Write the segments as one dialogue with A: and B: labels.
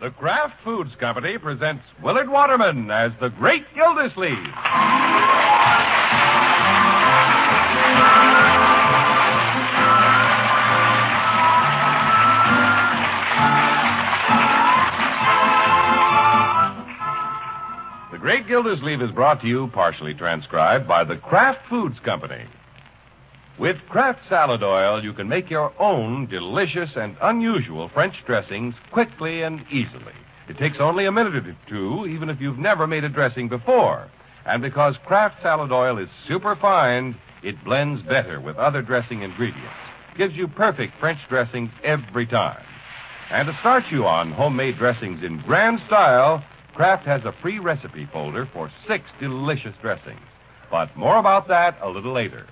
A: The Kraft Foods Company presents Willard Waterman as the Great Gildersleeve. The Great Gildersleeve is brought to you, partially transcribed, by the Kraft Foods Company. With Kraft Salad Oil, you can make your own delicious and unusual French dressings quickly and easily. It takes only a minute or two, even if you've never made a dressing before. And because Kraft Salad Oil is superfine, it blends better with other dressing ingredients. Gives you perfect French dressings every time. And to start you on homemade dressings in grand style, Kraft has a free recipe folder for six delicious dressings. But more about that a little later.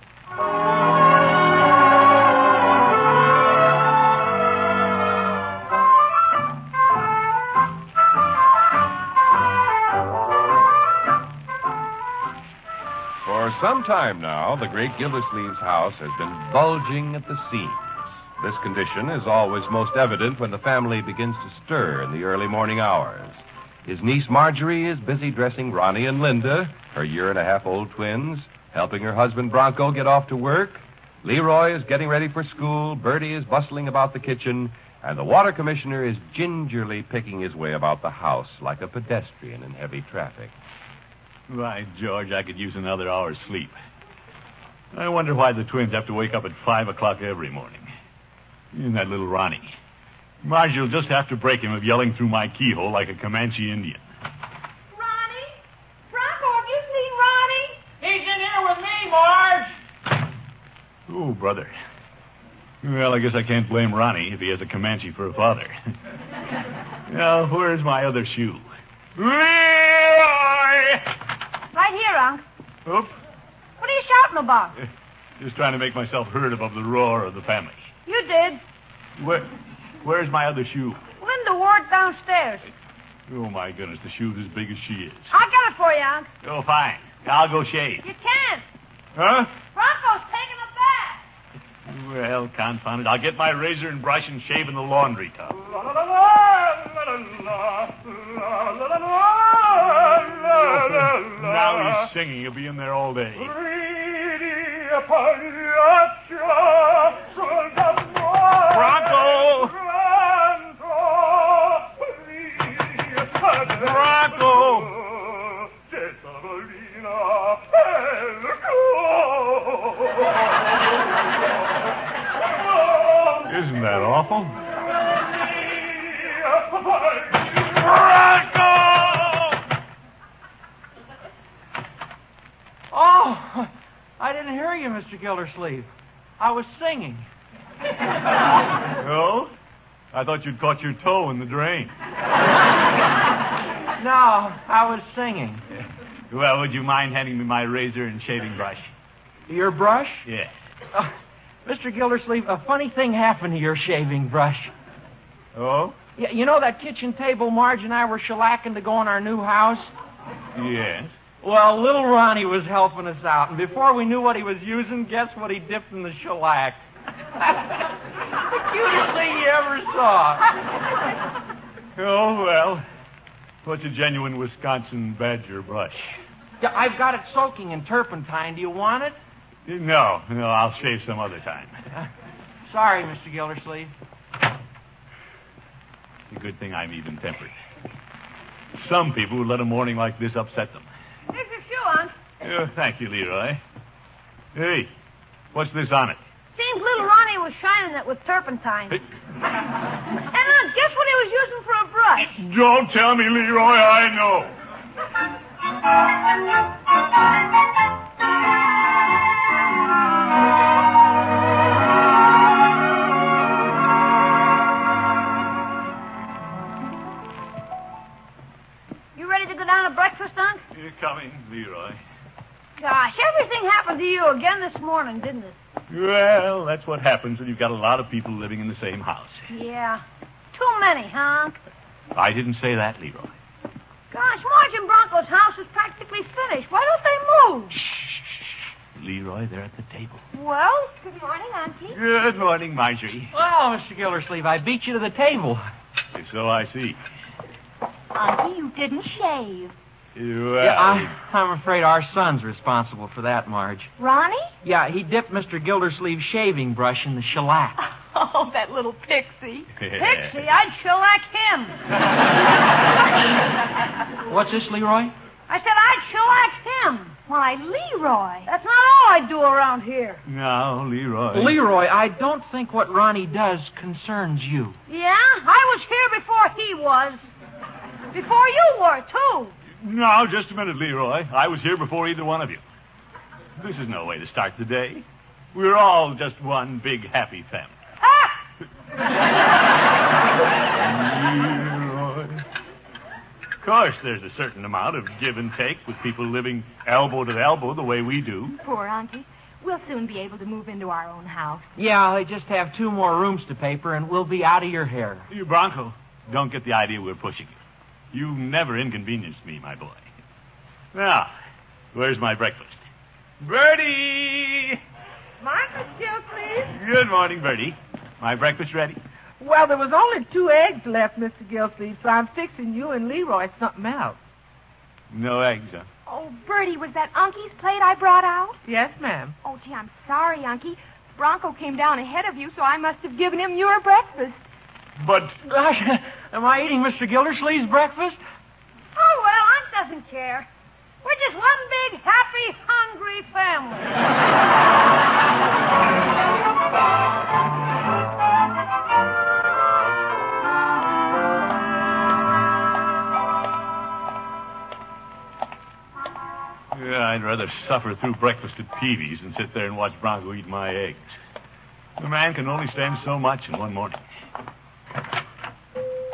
A: For some time now, the great Gildersleeve's house has been bulging at the seams. This condition is always most evident when the family begins to stir in the early morning hours. His niece Marjorie is busy dressing Ronnie and Linda, her year and a half old twins, helping her husband Bronco get off to work. Leroy is getting ready for school, Bertie is bustling about the kitchen, and the water commissioner is gingerly picking his way about the house like a pedestrian in heavy traffic.
B: Why, George, I could use another hour's sleep. I wonder why the twins have to wake up at five o'clock every morning. And that little Ronnie. Marge will just have to break him of yelling through my keyhole like a Comanche Indian.
C: Ronnie? Bronco, have you seen Ronnie?
D: He's in here with me, Marge.
B: Oh, brother. Well, I guess I can't blame Ronnie if he has a Comanche for a father. now, where's my other shoe? Leroy!
C: Right here, Unc.
B: Oop.
C: What are you shouting about?
B: Just trying to make myself heard above the roar of the family.
C: You did.
B: Where, where's my other shoe?
C: Linda wore it downstairs.
B: Oh, my goodness, the shoe's as big as she is.
C: I'll get it for you, Unc.
B: Oh, fine. I'll go shave.
C: You can't.
B: Huh?
C: Bronco's taking it back.
B: Well, confound it. I'll get my razor and brush and shave in the laundry tub. Now he's singing. He'll be in there all day. Bronco! Bronco! Isn't that awful? Bronco!
D: Oh, I didn't hear you, Mr. Gildersleeve. I was singing.
B: Oh? I thought you'd caught your toe in the drain.
D: No, I was singing.
B: Well, would you mind handing me my razor and shaving brush?
D: Your brush?
B: Yes.
D: Uh, Mr. Gildersleeve, a funny thing happened to your shaving brush.
B: Oh?
D: Y- you know that kitchen table Marge and I were shellacking to go in our new house?
B: Yes.
D: Well, little Ronnie was helping us out, and before we knew what he was using, guess what he dipped in the shellac? the cutest thing you ever saw.
B: Oh, well. What's a genuine Wisconsin badger brush?
D: Yeah, I've got it soaking in turpentine. Do you want it?
B: No, no, I'll shave some other time.
D: Sorry, Mr. Gildersleeve.
B: It's a good thing I'm even tempered. Some people who let a morning like this upset them.
C: Here's your shoe, Unc.
B: Oh, thank you, Leroy. Hey, what's this on it?
C: Seems little Ronnie was shining it with turpentine.
B: Hey,
C: And Unc, guess what he was using for a brush?
B: don't tell me, Leroy, I know.
C: You ready to go down to breakfast, Unc?
B: You're coming, Leroy.
C: Gosh, everything happened to you again this morning, didn't it?
B: Well, that's what happens when you've got a lot of people living in the same house.
C: Yeah. Too many, huh, Unc?
B: I didn't say that, Leroy.
C: Gosh, Marge and Bronco's house is practically finished. Why don't they
B: Leroy, they're at the table.
C: move? Well, good morning, Auntie.
B: Good morning, Marjorie.
D: Well, Mr. Gildersleeve, I beat you to the table.
B: So I see.
E: Uncle, you didn't shave.
B: Well,
D: Yeah, I, I'm afraid our son's responsible for that, Marge.
E: Ronnie?
D: Yeah, he dipped Mr. Gildersleeve's shaving brush in the shellac.
E: Oh, that little pixie.
C: Pixie, I'd shellac him.
D: What's this, Leroy?
C: I said I'd shellac him.
E: Why, Leroy.
C: That's not all I do around here.
B: Now, Leroy.
D: Leroy, I don't think what Ronnie does concerns you.
C: Yeah, I was here before he was. Before you were, too.
B: Now, just a minute, Leroy. I was here before either one of you. This is no way to start the day. We're all just one big happy family.
C: Ah!
B: Leroy. Of course, there's a certain amount of give and take with people living elbow to elbow the way we do.
E: Poor Auntie. We'll soon be able to move into our own house.
D: Yeah, they just have two more rooms to paper, and we'll be out of your hair.
B: You, Bronco, don't get the idea we're pushing you. You never inconvenienced me, my boy. Now, where's my breakfast? Bertie!
F: Martha, still, please.
B: Good morning, Bertie. My breakfast ready?
F: Well, there was only two eggs left, Mr. Gilsleeve, so I'm fixing you and Leroy something else.
B: No eggs, huh?
E: Oh, Bertie, was that Uncie's plate I brought out?
F: Yes, ma'am.
E: Oh, gee, I'm sorry, Unkie. Bronco came down ahead of you, so I must have given him your breakfast.
B: But
D: Gosh, am I eating Mr. Gildersleeve's breakfast?
C: Oh, well, Aunt doesn't care. We're just one big, happy, hungry family.
B: yeah, I'd rather suffer through breakfast at Peavy's than sit there and watch Bronco eat my eggs. A man can only stand so much in one morning.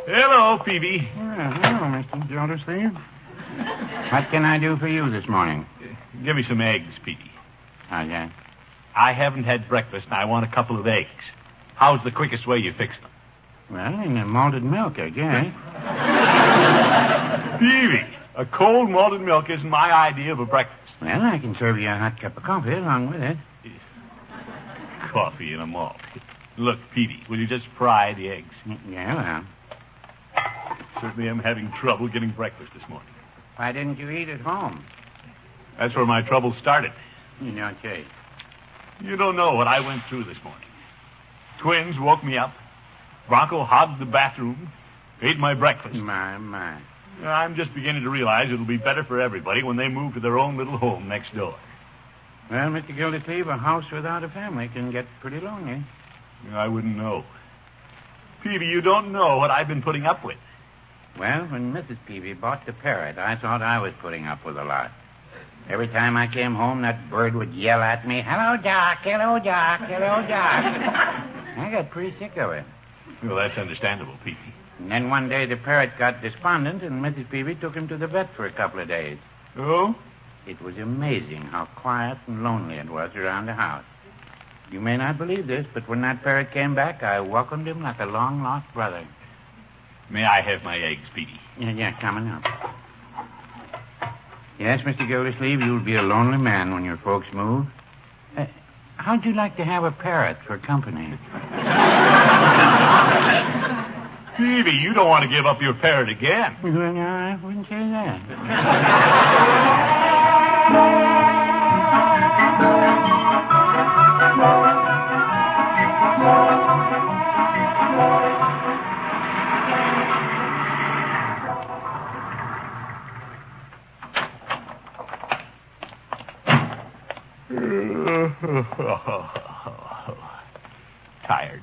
B: Hello, Peavy.
G: hello, Mr. Gildersleeve. What can I do for you this morning?
B: Give me some eggs, Peavy.
G: Oh, yes.
B: I haven't had breakfast, and I want a couple of eggs. How's the quickest way you fix them?
G: Well, in the malted milk, I guess.
B: Peavy, a cold malted milk isn't my idea of a breakfast.
G: Well, I can serve you a hot cup of coffee along with it.
B: Coffee and a malt. Look, Peavy, will you just fry the eggs?
G: Yeah, well.
B: Certainly I'm having trouble getting breakfast this morning.
G: Why didn't you eat at home?
B: That's where my trouble started.
G: You don't say.
B: You don't know what I went through this morning. Twins woke me up. Bronco hogged the bathroom. Ate my breakfast.
G: My, my.
B: I'm just beginning to realize it'll be better for everybody when they move to their own little home next door.
G: Well, Mr. Gildersleeve, a house without a family can get pretty lonely.
B: I wouldn't know. Peavy, you don't know what I've been putting up with.
G: Well, when Mrs. Peavy bought the parrot, I thought I was putting up with a lot. Every time I came home, that bird would yell at me, Hello, Doc, hello, Doc, hello, Doc. I got pretty sick of it.
B: Well, that's understandable, Peavy.
G: And then one day the parrot got despondent, and Mrs. Peavy took him to the vet for a couple of days.
B: Oh?
G: It was amazing how quiet and lonely it was around the house. You may not believe this, but when that parrot came back, I welcomed him like a long lost brother.
B: May I have my eggs, Peavy?
G: Yeah, yeah, coming up. Yes, Mr. Gildersleeve, you'll be a lonely man when your folks move. Uh, how'd you like to have a parrot for company?
B: Peavy, you don't want to give up your parrot again.
G: Well, no, I wouldn't say that.
B: Oh. Tired.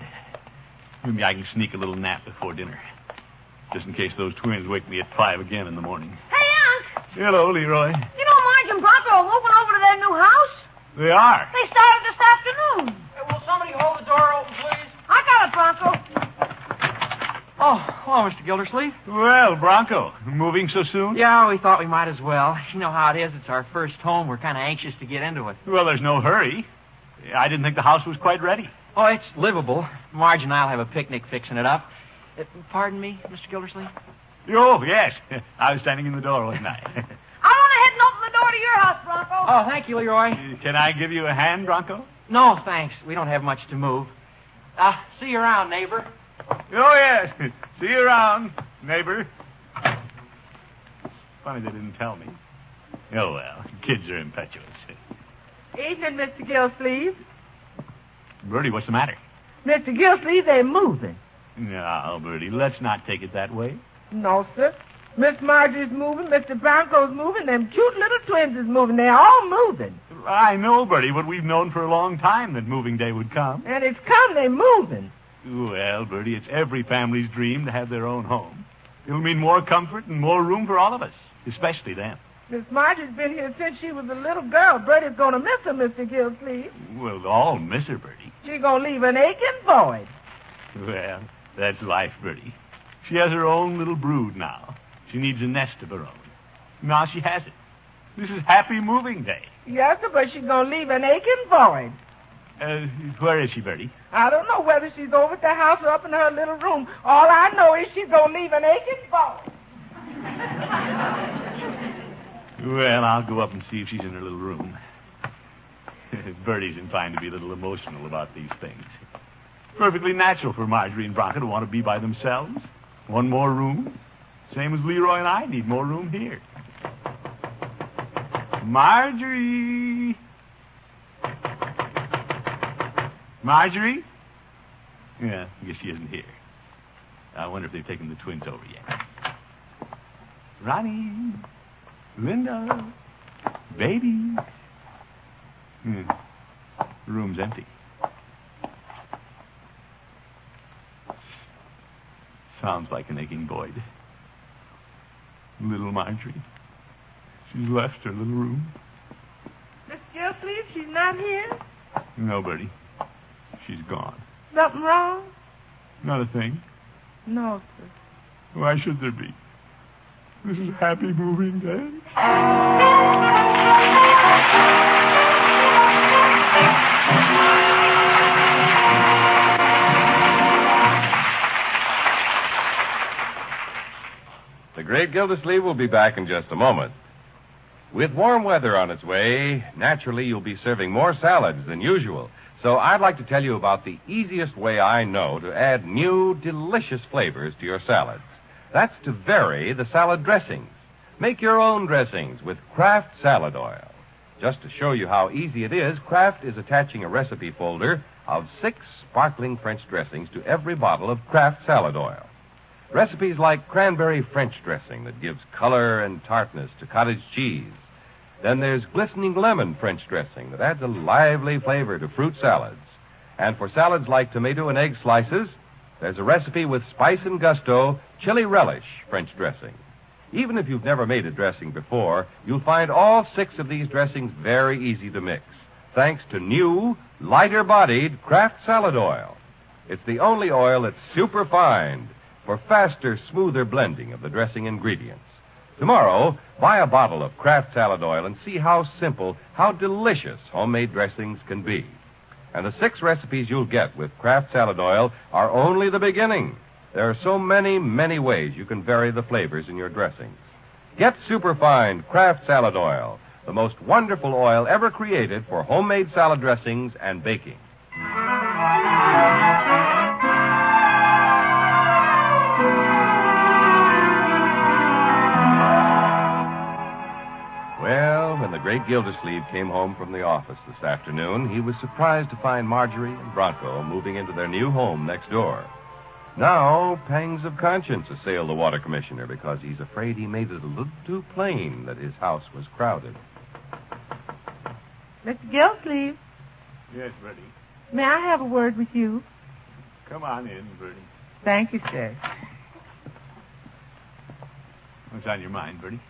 B: Maybe I can sneak a little nap before dinner. Just in case those twins wake me at five again in the morning.
C: Hey, Unc,
B: Hello, Leroy.
C: you know Marge and Bronco are moving over to their new house?
B: They are.
C: They started this afternoon.
D: will somebody hold the door open, please?
C: I got it, Bronco.
D: Oh, hello, Mr. Gildersleeve.
B: Well, Bronco, moving so soon?
D: Yeah, we thought we might as well. You know how it is. It's our first home. We're kind of anxious to get into it.
B: Well, there's no hurry. I didn't think the house was quite ready.
D: Oh, it's livable. Marge and I'll have a picnic fixing it up. Uh, pardon me, Mr. Gildersleeve?
B: Oh, yes. I was standing in the door, wasn't I?
C: I want to head and open the door to your house, Bronco.
D: Oh, thank you, Leroy.
B: Can I give you a hand, Bronco?
D: No, thanks. We don't have much to move. Uh, see you around, neighbor.
B: Oh, yes. See you around, neighbor. Funny they didn't tell me. Oh, well, kids are impetuous.
F: Evening, Mr. Gillsleeve.
B: Bertie, what's the matter?
F: Mr. Gillsleeve, they're moving.
B: No, Bertie, let's not take it that way.
F: No, sir. Miss Marjorie's moving, Mr. Bronco's moving, them cute little twins is moving. They're all moving.
B: I know, Bertie, but we've known for a long time that moving day would come.
F: And it's come, they're moving.
B: Well, Bertie, it's every family's dream to have their own home. It'll mean more comfort and more room for all of us, especially them.
F: Miss Marjorie's been here since she was a little girl. Bertie's going to miss her, Mr. Gillsleeve.
B: We'll all miss her, Bertie.
F: She's going to leave an aching void.
B: Well, that's life, Bertie. She has her own little brood now. She needs a nest of her own. Now she has it. This is happy moving day.
F: Yes, sir, but she's going to leave an aching void.
B: Uh, where is she, Bertie?
F: I don't know whether she's over at the house or up in her little room. All I know is she's going to leave an aching void.
B: Oh, Well, I'll go up and see if she's in her little room. Bertie's inclined to be a little emotional about these things. Perfectly natural for Marjorie and Bronco to want to be by themselves. One more room. Same as Leroy and I need more room here. Marjorie! Marjorie? Yeah, I guess she isn't here. I wonder if they've taken the twins over yet. Ronnie, Linda, baby. Hmm. Room's empty. Sounds like an aching void. Little Marjorie. She's left her little room.
F: Miss Gillsleeve, she's not here?
B: Nobody. She's gone.
F: Something wrong?
B: Not a thing.
F: No, sir.
B: Why should there be? This is happy moving day.
A: The great Gildersleeve will be back in just a moment. With warm weather on its way, naturally you'll be serving more salads than usual. So I'd like to tell you about the easiest way I know to add new, delicious flavors to your salads. That's to vary the salad dressings. Make your own dressings with Kraft Salad Oil. Just to show you how easy it is, Kraft is attaching a recipe folder of six sparkling French dressings to every bottle of Kraft Salad Oil. Recipes like cranberry French dressing that gives color and tartness to cottage cheese. Then there's glistening lemon French dressing that adds a lively flavor to fruit salads. And for salads like tomato and egg slices, there's a recipe with spice and gusto, chili relish French dressing. Even if you've never made a dressing before, you'll find all six of these dressings very easy to mix, thanks to new, lighter bodied Kraft Salad Oil. It's the only oil that's super fine for faster, smoother blending of the dressing ingredients. Tomorrow, buy a bottle of Kraft Salad Oil and see how simple, how delicious homemade dressings can be. And the six recipes you'll get with Kraft Salad Oil are only the beginning. There are so many, many ways you can vary the flavors in your dressings. Get superfine Kraft Salad Oil, the most wonderful oil ever created for homemade salad dressings and baking. Well, when the great Gildersleeve came home from the office this afternoon, he was surprised to find Marjorie and Bronco moving into their new home next door. Now, pangs of conscience assail the water commissioner because he's afraid he made it a little too plain that his house was crowded.
F: Mr. Gillsleeve,
B: Yes, Bertie.
F: may I have a word with you?
B: Come on in, Bertie.
F: Thank you, sir.
B: What's on your mind, Bertie?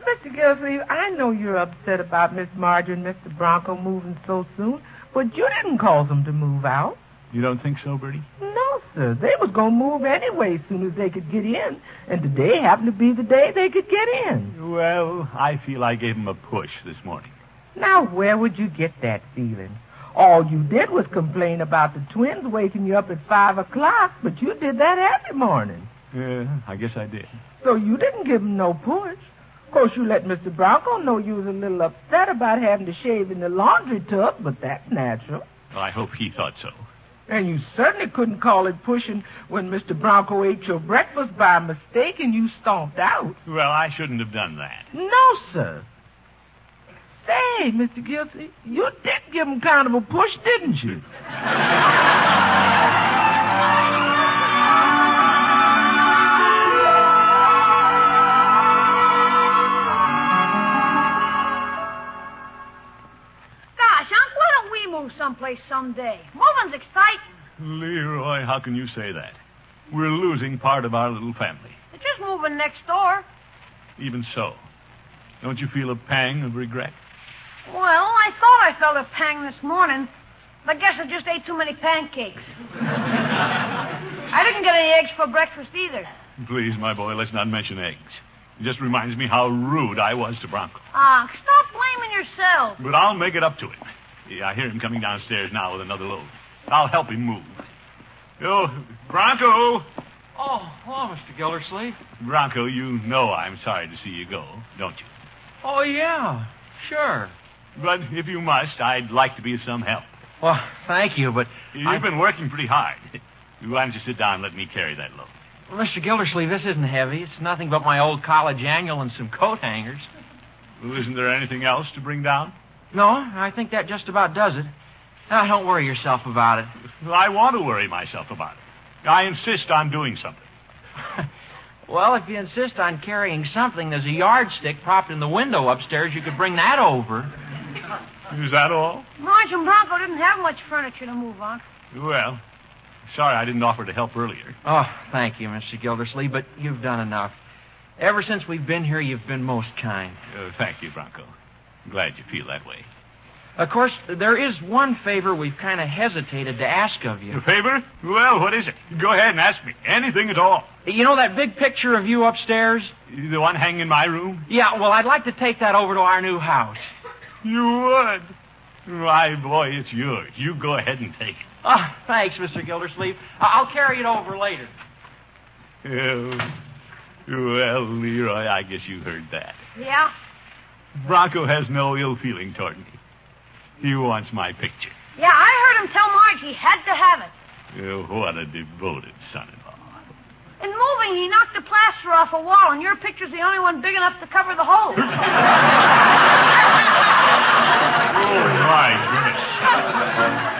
F: Mr. Gillsleeve, I know you're upset about Miss Marjorie and Mr. Bronco moving so soon, but you didn't cause them to move out.
B: You don't think so, Bertie?
F: No, sir. Uh, They was going to move anyway as soon as they could get in, and today happened to be the day they could get in.
B: Well, I feel I gave him a push this morning.
F: Now, where would you get that feeling? All you did was complain about the twins waking you up at 5 o'clock, but you did that every morning.
B: Yeah, I guess I did.
F: So you didn't give 'em no push. Of course, you let Mr. Bronco know you was a little upset about having to shave in the laundry tub, but that's natural.
B: Well, I hope he thought so.
F: And you certainly couldn't call it pushing when Mr. Bronco ate your breakfast by mistake and you stomped out.
B: Well, I shouldn't have done that.
F: No, sir. Say, Mr. Gilsey, you did give him kind of a push, didn't you?
C: Gosh, Unc, why don't we move someplace someday? Moving's exciting.
B: Leroy, how can you say that? We're losing part of our little family.
C: It's just moving next door.
B: Even so, don't you feel a pang of regret?
C: Well, I thought I felt a pang this morning. but I guess I just ate too many pancakes. I didn't get any eggs for breakfast either.
B: Please, my boy, let's not mention eggs. It just reminds me how rude I was to Bronco.
C: Unc, stop blaming yourself.
B: But I'll make it up to him. Yeah, I hear him coming downstairs now with another load. I'll help him move. Oh, Bronco!
D: Oh, hello, Mr. Gildersleeve.
B: Bronco, you know I'm sorry to see you go, don't you?
D: Oh, yeah, sure.
B: But if you must, I'd like to be of some help.
D: Well, thank you, but
B: You've
D: I-
B: been working pretty hard. Why don't you sit down and let me carry that load?
D: Mr. Gildersleeve, this isn't heavy. It's nothing but my old college annual and some coat hangers.
B: Well, isn't there anything else to bring down?
D: No, I think that just about does it. Now, don't worry yourself about it.
B: Well, I want to worry myself about it. I insist on doing something.
D: well, if you insist on carrying something, there's a yardstick propped in the window upstairs. You could bring that over.
B: Is that all?
C: Marge and Bronco didn't have much furniture to move on.
B: Well, sorry I didn't offer to help earlier.
D: Oh, thank you, Mr. Gildersleeve, but you've done enough. Ever since we've been here, you've been most kind.
B: Uh, thank you, Bronco. I'm glad you feel that way.
D: Of course, there is one favor we've kind of hesitated to ask of you.
B: A favor? Well, what is it? Go ahead and ask me. Anything at all.
D: You know that big picture of you upstairs?
B: The one hanging in my room?
D: Yeah, well, I'd like to take that over to our new house.
B: You would. My boy, it's yours. You go ahead and take it.
D: Oh, thanks, Mr. Gildersleeve. I- I'll carry it over later.
B: Oh, well, Leroy, I guess you heard that.
C: Yeah?
B: Bronco has no ill feeling toward me. He wants my picture.
C: Yeah, I heard him tell Marge he had to have it.
B: Oh, what a devoted son-in-law.
C: In moving, he knocked the plaster off a wall, and your picture's the only one big enough to cover the hole.
B: Oh, my goodness.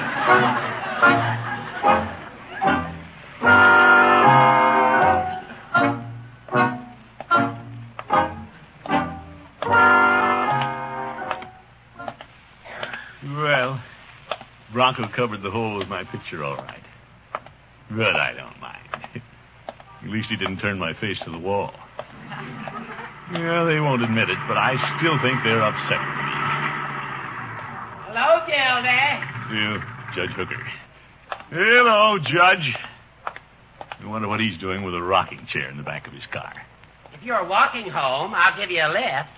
B: Well, Bronco covered the hole with my picture all right. But I don't mind. At least he didn't turn my face to the wall. Yeah, they won't admit it, but I still think they're upset with me.
H: Hello, Gildy.
B: Yeah, Judge Hooker. Hello, Judge. I wonder what he's doing with a rocking chair in the back of his car.
H: If you're walking home, I'll give you a lift.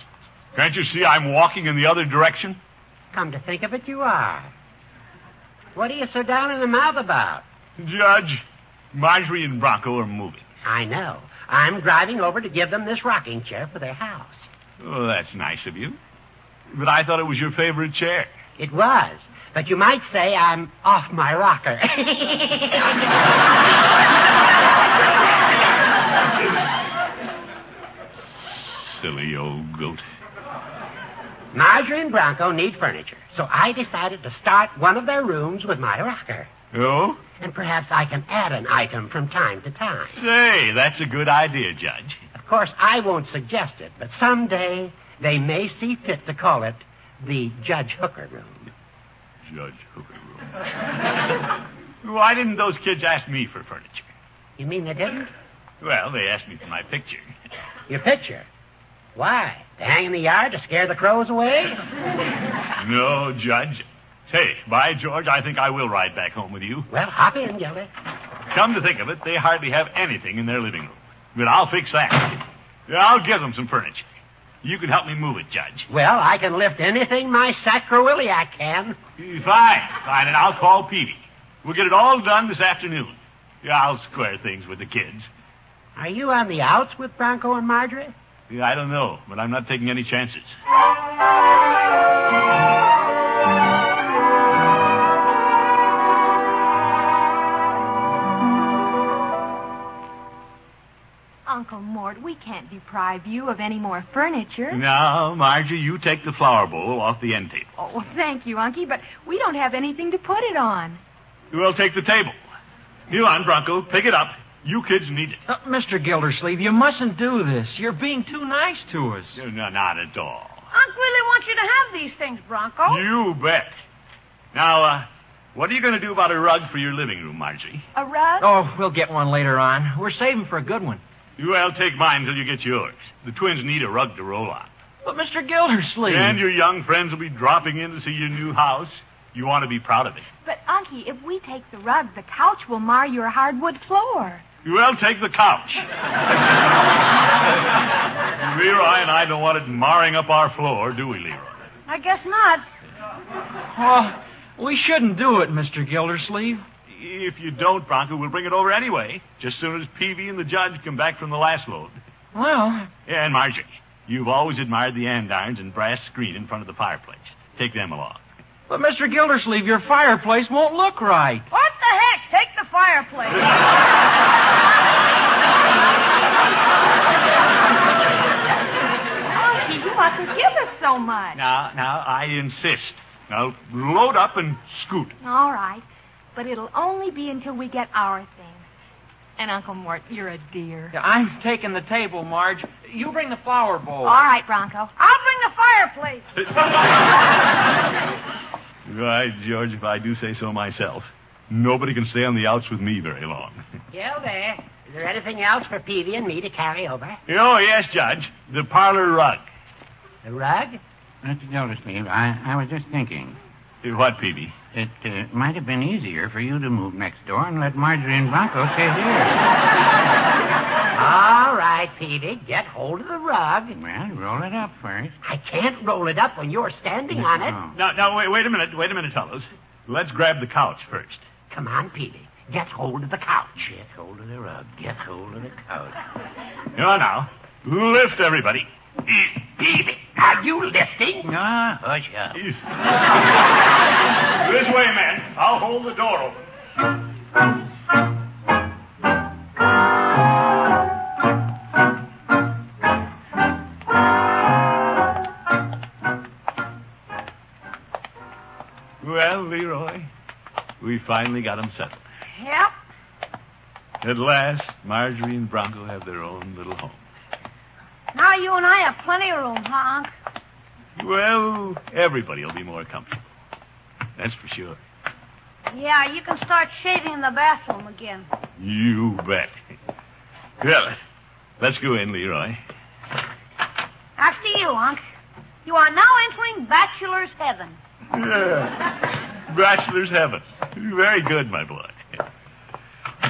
B: Can't you see I'm walking in the other direction?
H: Come to think of it, you are. What are you so down in the mouth about?
B: Judge, Marjorie and Bronco are moving.
H: I know. I'm driving over to give them this rocking chair for their house.
B: Oh, that's nice of you. But I thought it was your favorite chair.
H: It was. But you might say I'm off my rocker.
B: Silly old goat.
H: Marjorie and Bronco need furniture, so I decided to start one of their rooms with my rocker.
B: Oh?
H: And perhaps I can add an item from time to time.
B: Say, that's a good idea, Judge.
H: Of course, I won't suggest it, but someday they may see fit to call it the Judge Hooker Room.
B: Judge Hooker. Why didn't those kids ask me for furniture?
H: You mean they didn't?
B: Well, they asked me for my picture.
H: Your picture. Why? To hang in the yard to scare the crows away?
B: No, Judge. Hey, by George, I think I will ride back home with you.
H: Well, hop in, Gildy.
B: Come to think of it, they hardly have anything in their living room. But I'll fix that. I'll give them some furniture. You can help me move it, Judge.
H: Well, I can lift anything my sacroiliac can.
B: Fine, fine, and I'll call Peavy. We'll get it all done this afternoon. I'll square things with the kids.
H: Are you on the outs with Bronco and Marjorie?
B: I don't know, but I'm not taking any chances.
E: Mort, we can't deprive you of any more furniture.
B: Now, Margie, you take the flower bowl off the end table.
E: Oh, well, thank you, Unky, but we don't have anything to put it on.
B: We'll take the table. You on, Bronco. Pick it up. You kids need it.
D: Uh, Mr. Gildersleeve, you mustn't do this. You're being too nice to us.
B: No, not at all.
C: Unc really wants you to have these things,
E: Oh.
C: Bronco.
B: You bet. Now, uh, what are you going to do about a rug for your living room, Margie?
E: A rug?
D: Oh, we'll get one later on. We're saving for a good one.
B: Well, take mine till you get yours. The twins need a rug to roll on.
D: But Mr. Gildersleeve.
B: And your young friends will be dropping in to see your new house. You want to be proud of it.
E: But, Unky, if we take the rug, the couch will mar your hardwood floor.
B: Well, take the couch. Leroy and I don't want it marring up our floor, do we, Leroy?
C: I guess not.
D: Oh, we shouldn't do it, Mr. Gildersleeve.
B: If you don't, Bronco, we'll bring it over anyway, just soon as Peavy and the judge come back from the last load.
D: Well,
B: And Margie, you've always admired the andirons and brass screen in front of the fireplace. Take them along.
D: but Mr. Gildersleeve, your fireplace won't look right.
C: What the heck? Take the fireplace.
E: Unky, Oh, you ought to give us so much.
B: Now, now, I insist. Now, load up and scoot.
E: All right, but it'll only be until we get our things. And, Uncle Mort, you're a dear.
D: Yeah, I'm taking the table, Marge. You bring the flower bowl.
E: All right, Bronco.
C: I'll bring the fireplace.
B: Right, George, if I do say so myself. Nobody can stay on the outs with me very long.
H: Gilbert, is there anything else for Peavy and me to carry over?
B: oh, yes, Judge. The parlor rug.
H: The rug?
G: Mr. Gildersleeve, I, I was just thinking.
B: Eh, What, Peavy?
G: It uh, might have been easier for you to move next door and let Marjorie and Bronco stay here.
H: All right, Peavy, get hold of the rug.
G: Well, roll it up first.
H: I can't roll it up when you're standing on it.
G: Oh.
B: Now, now, wait, wait a minute. Wait a minute, fellows. Let's grab the couch first.
H: Come on, Peavy, get hold of the couch.
G: Get hold of the rug. Get hold of the couch.
B: Oh, now. Lift, everybody.
H: Peavy, are you lifting?
G: Ah,
B: Oh,
G: hush up.
B: this way, men. I'll hold the door open. Well, Leroy, we finally got 'em settled.
C: Yep.
B: At last, Marjorie and Bronco have their own little home.
C: Now you and I have plenty of room, huh, Unc?
B: Well, everybody will be more comfortable. That's for sure.
C: Yeah, you can start shaving in the bathroom again.
B: You bet. Well, let's go in, Leroy.
C: After you, Unc. You are now entering bachelor's heaven.
B: Bachelor's heaven. Very good, my boy.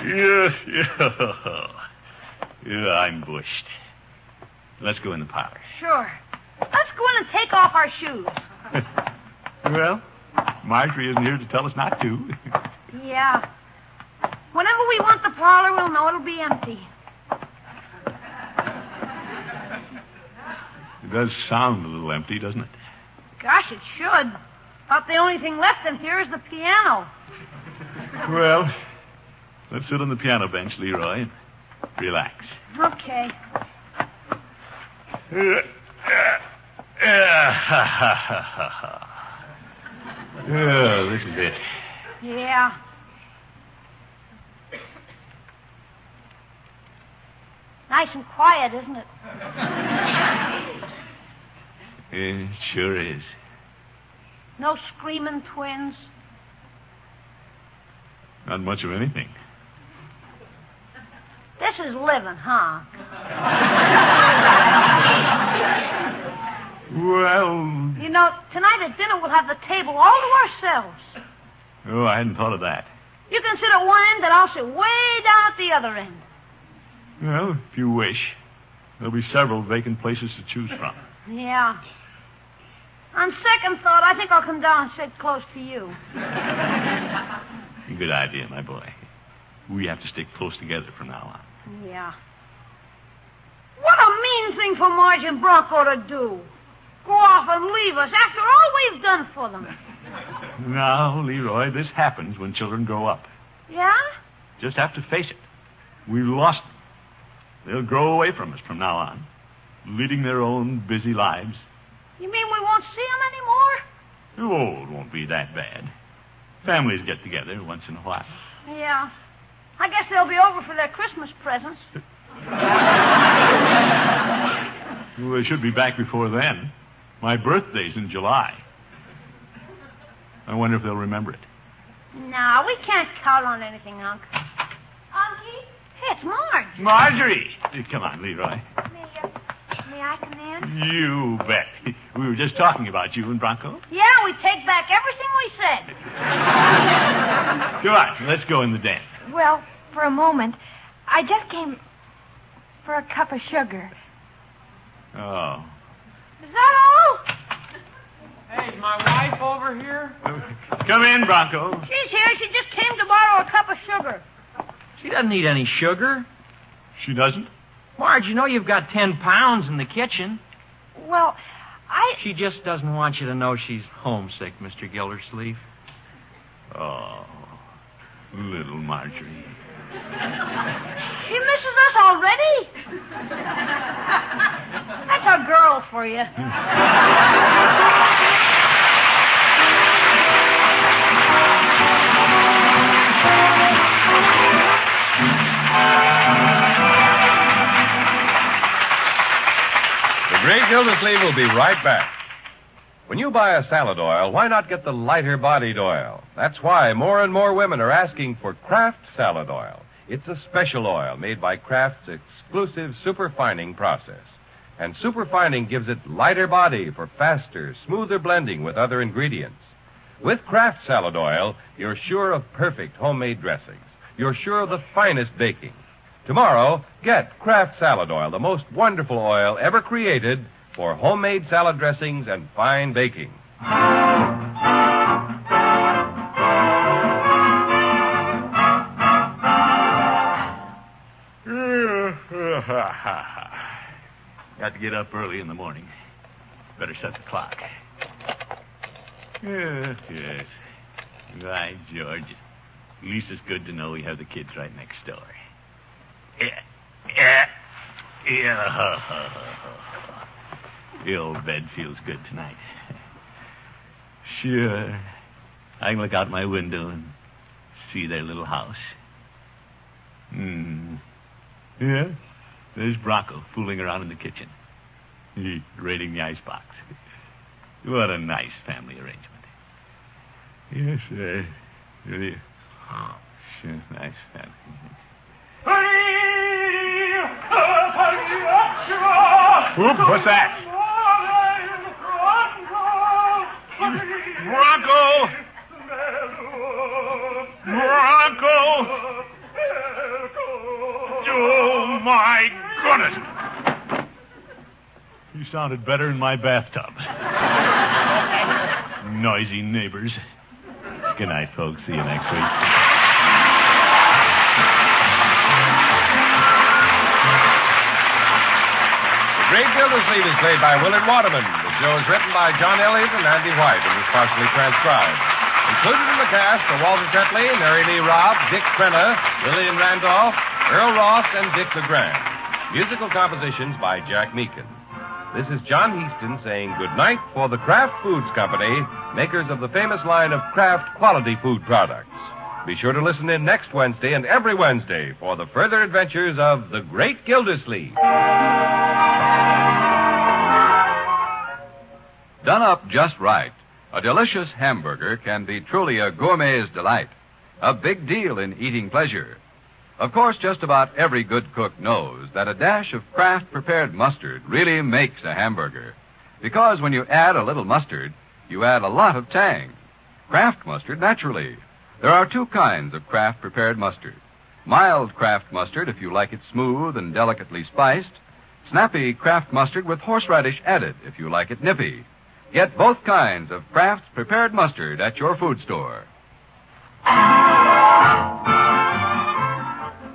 B: Yeah, yeah. Yeah, I'm bushed. Let's go in the parlor.
C: Sure. Let's go in and take off our shoes.
B: well, Marjorie isn't here to tell us not to.
C: Yeah. Whenever we want the parlor, we'll know it'll be empty.
B: It does sound a little empty, doesn't it?
C: Gosh, it should. About the only thing left in here is the piano.
B: Well, let's sit on the piano bench, Leroy, and relax.
C: Okay.
B: oh, this is it.
C: Yeah. Nice and quiet, isn't it?
B: It sure is.
C: No screaming twins.
B: Not much of anything.
C: This is living, huh?
B: Well,
C: You know, tonight at dinner we'll have the table all to ourselves.
B: oh, I hadn't thought of that.
C: You can sit at one end and I'll sit way down at the other end.
B: Well, if you wish, there'll be several vacant places to choose from.
C: Yeah. On second thought, I think I'll come down and sit close to you.
B: Good idea, my boy. We have to stick close together from now on.
C: Yeah. What a mean thing for Marge and Bronco to do. Go off and leave us after all we've done for them.
B: Now, Leroy, this happens when children grow up.
C: Yeah?
B: Just have to face it. We lost. They'll grow away from us from now on, leading their own busy lives.
C: You mean we won't see them anymore?
B: Oh, it won't be that bad. Families get together once in a while.
C: Yeah. I guess they'll be over for their Christmas presents.
B: Well, they should be back before then. My birthday's in July. I wonder if they'll remember it.
C: No, we can't count on anything, Unc. Unky? Hey, it's Marge.
B: Marjorie! Eh, Come on, Leroy.
E: May, uh, may I come in?
B: You bet. We were just talking about you and Bronco.
C: Yeah, we take back everything we said.
B: Come on, let's go in the den.
E: Well, for a moment, I just came for a cup of sugar.
B: Oh.
C: Is that all?
D: Hey, is my wife over here?
B: Come in, Bronco.
C: She's here. She just came to borrow a cup of sugar.
D: She doesn't need any sugar.
B: She doesn't?
D: Marge, you know you've got ten pounds in the kitchen.
E: Well, I.
D: She just doesn't want you to know she's homesick, Mr. Gildersleeve.
B: Oh. Little Marjorie.
C: She misses us already? That's our girl for you.
A: The Great Gildersleeve will be right back. When you buy a salad oil, why not get the lighter bodied oil? That's why more and more women are asking for Kraft salad oil. It's a special oil made by Kraft's exclusive superfining process. And superfining gives it lighter body for faster, smoother blending with other ingredients. With Kraft salad oil, you're sure of perfect homemade dressings. You're sure of the finest baking. Tomorrow, get Kraft Salad Oil, the most wonderful oil ever created for homemade salad dressings and fine baking.
B: Got to get up early in the morning. Better set the clock. Yes, yes. Right, George. At least it's good to know we have the kids right next door. Yeah, yeah,
G: Uh,
B: yeah. The old bed feels good tonight. Sure. I can look out my window and see their little house. Hmm. Yeah? There's Bronco fooling around in the kitchen, He raiding the icebox. What a nice family arrangement. Yes, uh, sir. Really. Sure, nice family. Whoop, what's that? Bronco! Bronco! Oh, my goodness! You sounded better in my bathtub. Noisy neighbors. Good night, folks. See you next week.
A: The Great Gildersleeve is played by Willard Waterman. The show is written by John Elliott and Andy White and is partially transcribed. Included in the cast are Walter Tetley, Mary Lee Robb, Dick Crenna, Lillian Randolph, Earl Ross, and Dick LeGrand. Musical compositions by Jack Meakin. This is John Heaston saying good night for the Kraft Foods Company, makers of the famous line of Kraft quality food products. Be sure to listen in next Wednesday and every Wednesday for the further adventures of the Great Gildersleeve.
I: Done up just right, a delicious hamburger can be truly a gourmet's delight, a big deal in eating pleasure. Of course, just about every good cook knows that a dash of Kraft prepared mustard really makes a hamburger. Because when you add a little mustard, you add a lot of tang. Kraft mustard, naturally. There are two kinds of Kraft prepared mustard mild Kraft mustard if you like it smooth and delicately spiced, snappy Kraft mustard with horseradish added if you like it nippy. Get both kinds of Kraft's prepared mustard at your food store.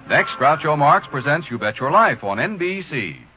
I: Next, Groucho Marx presents You Bet Your Life on NBC.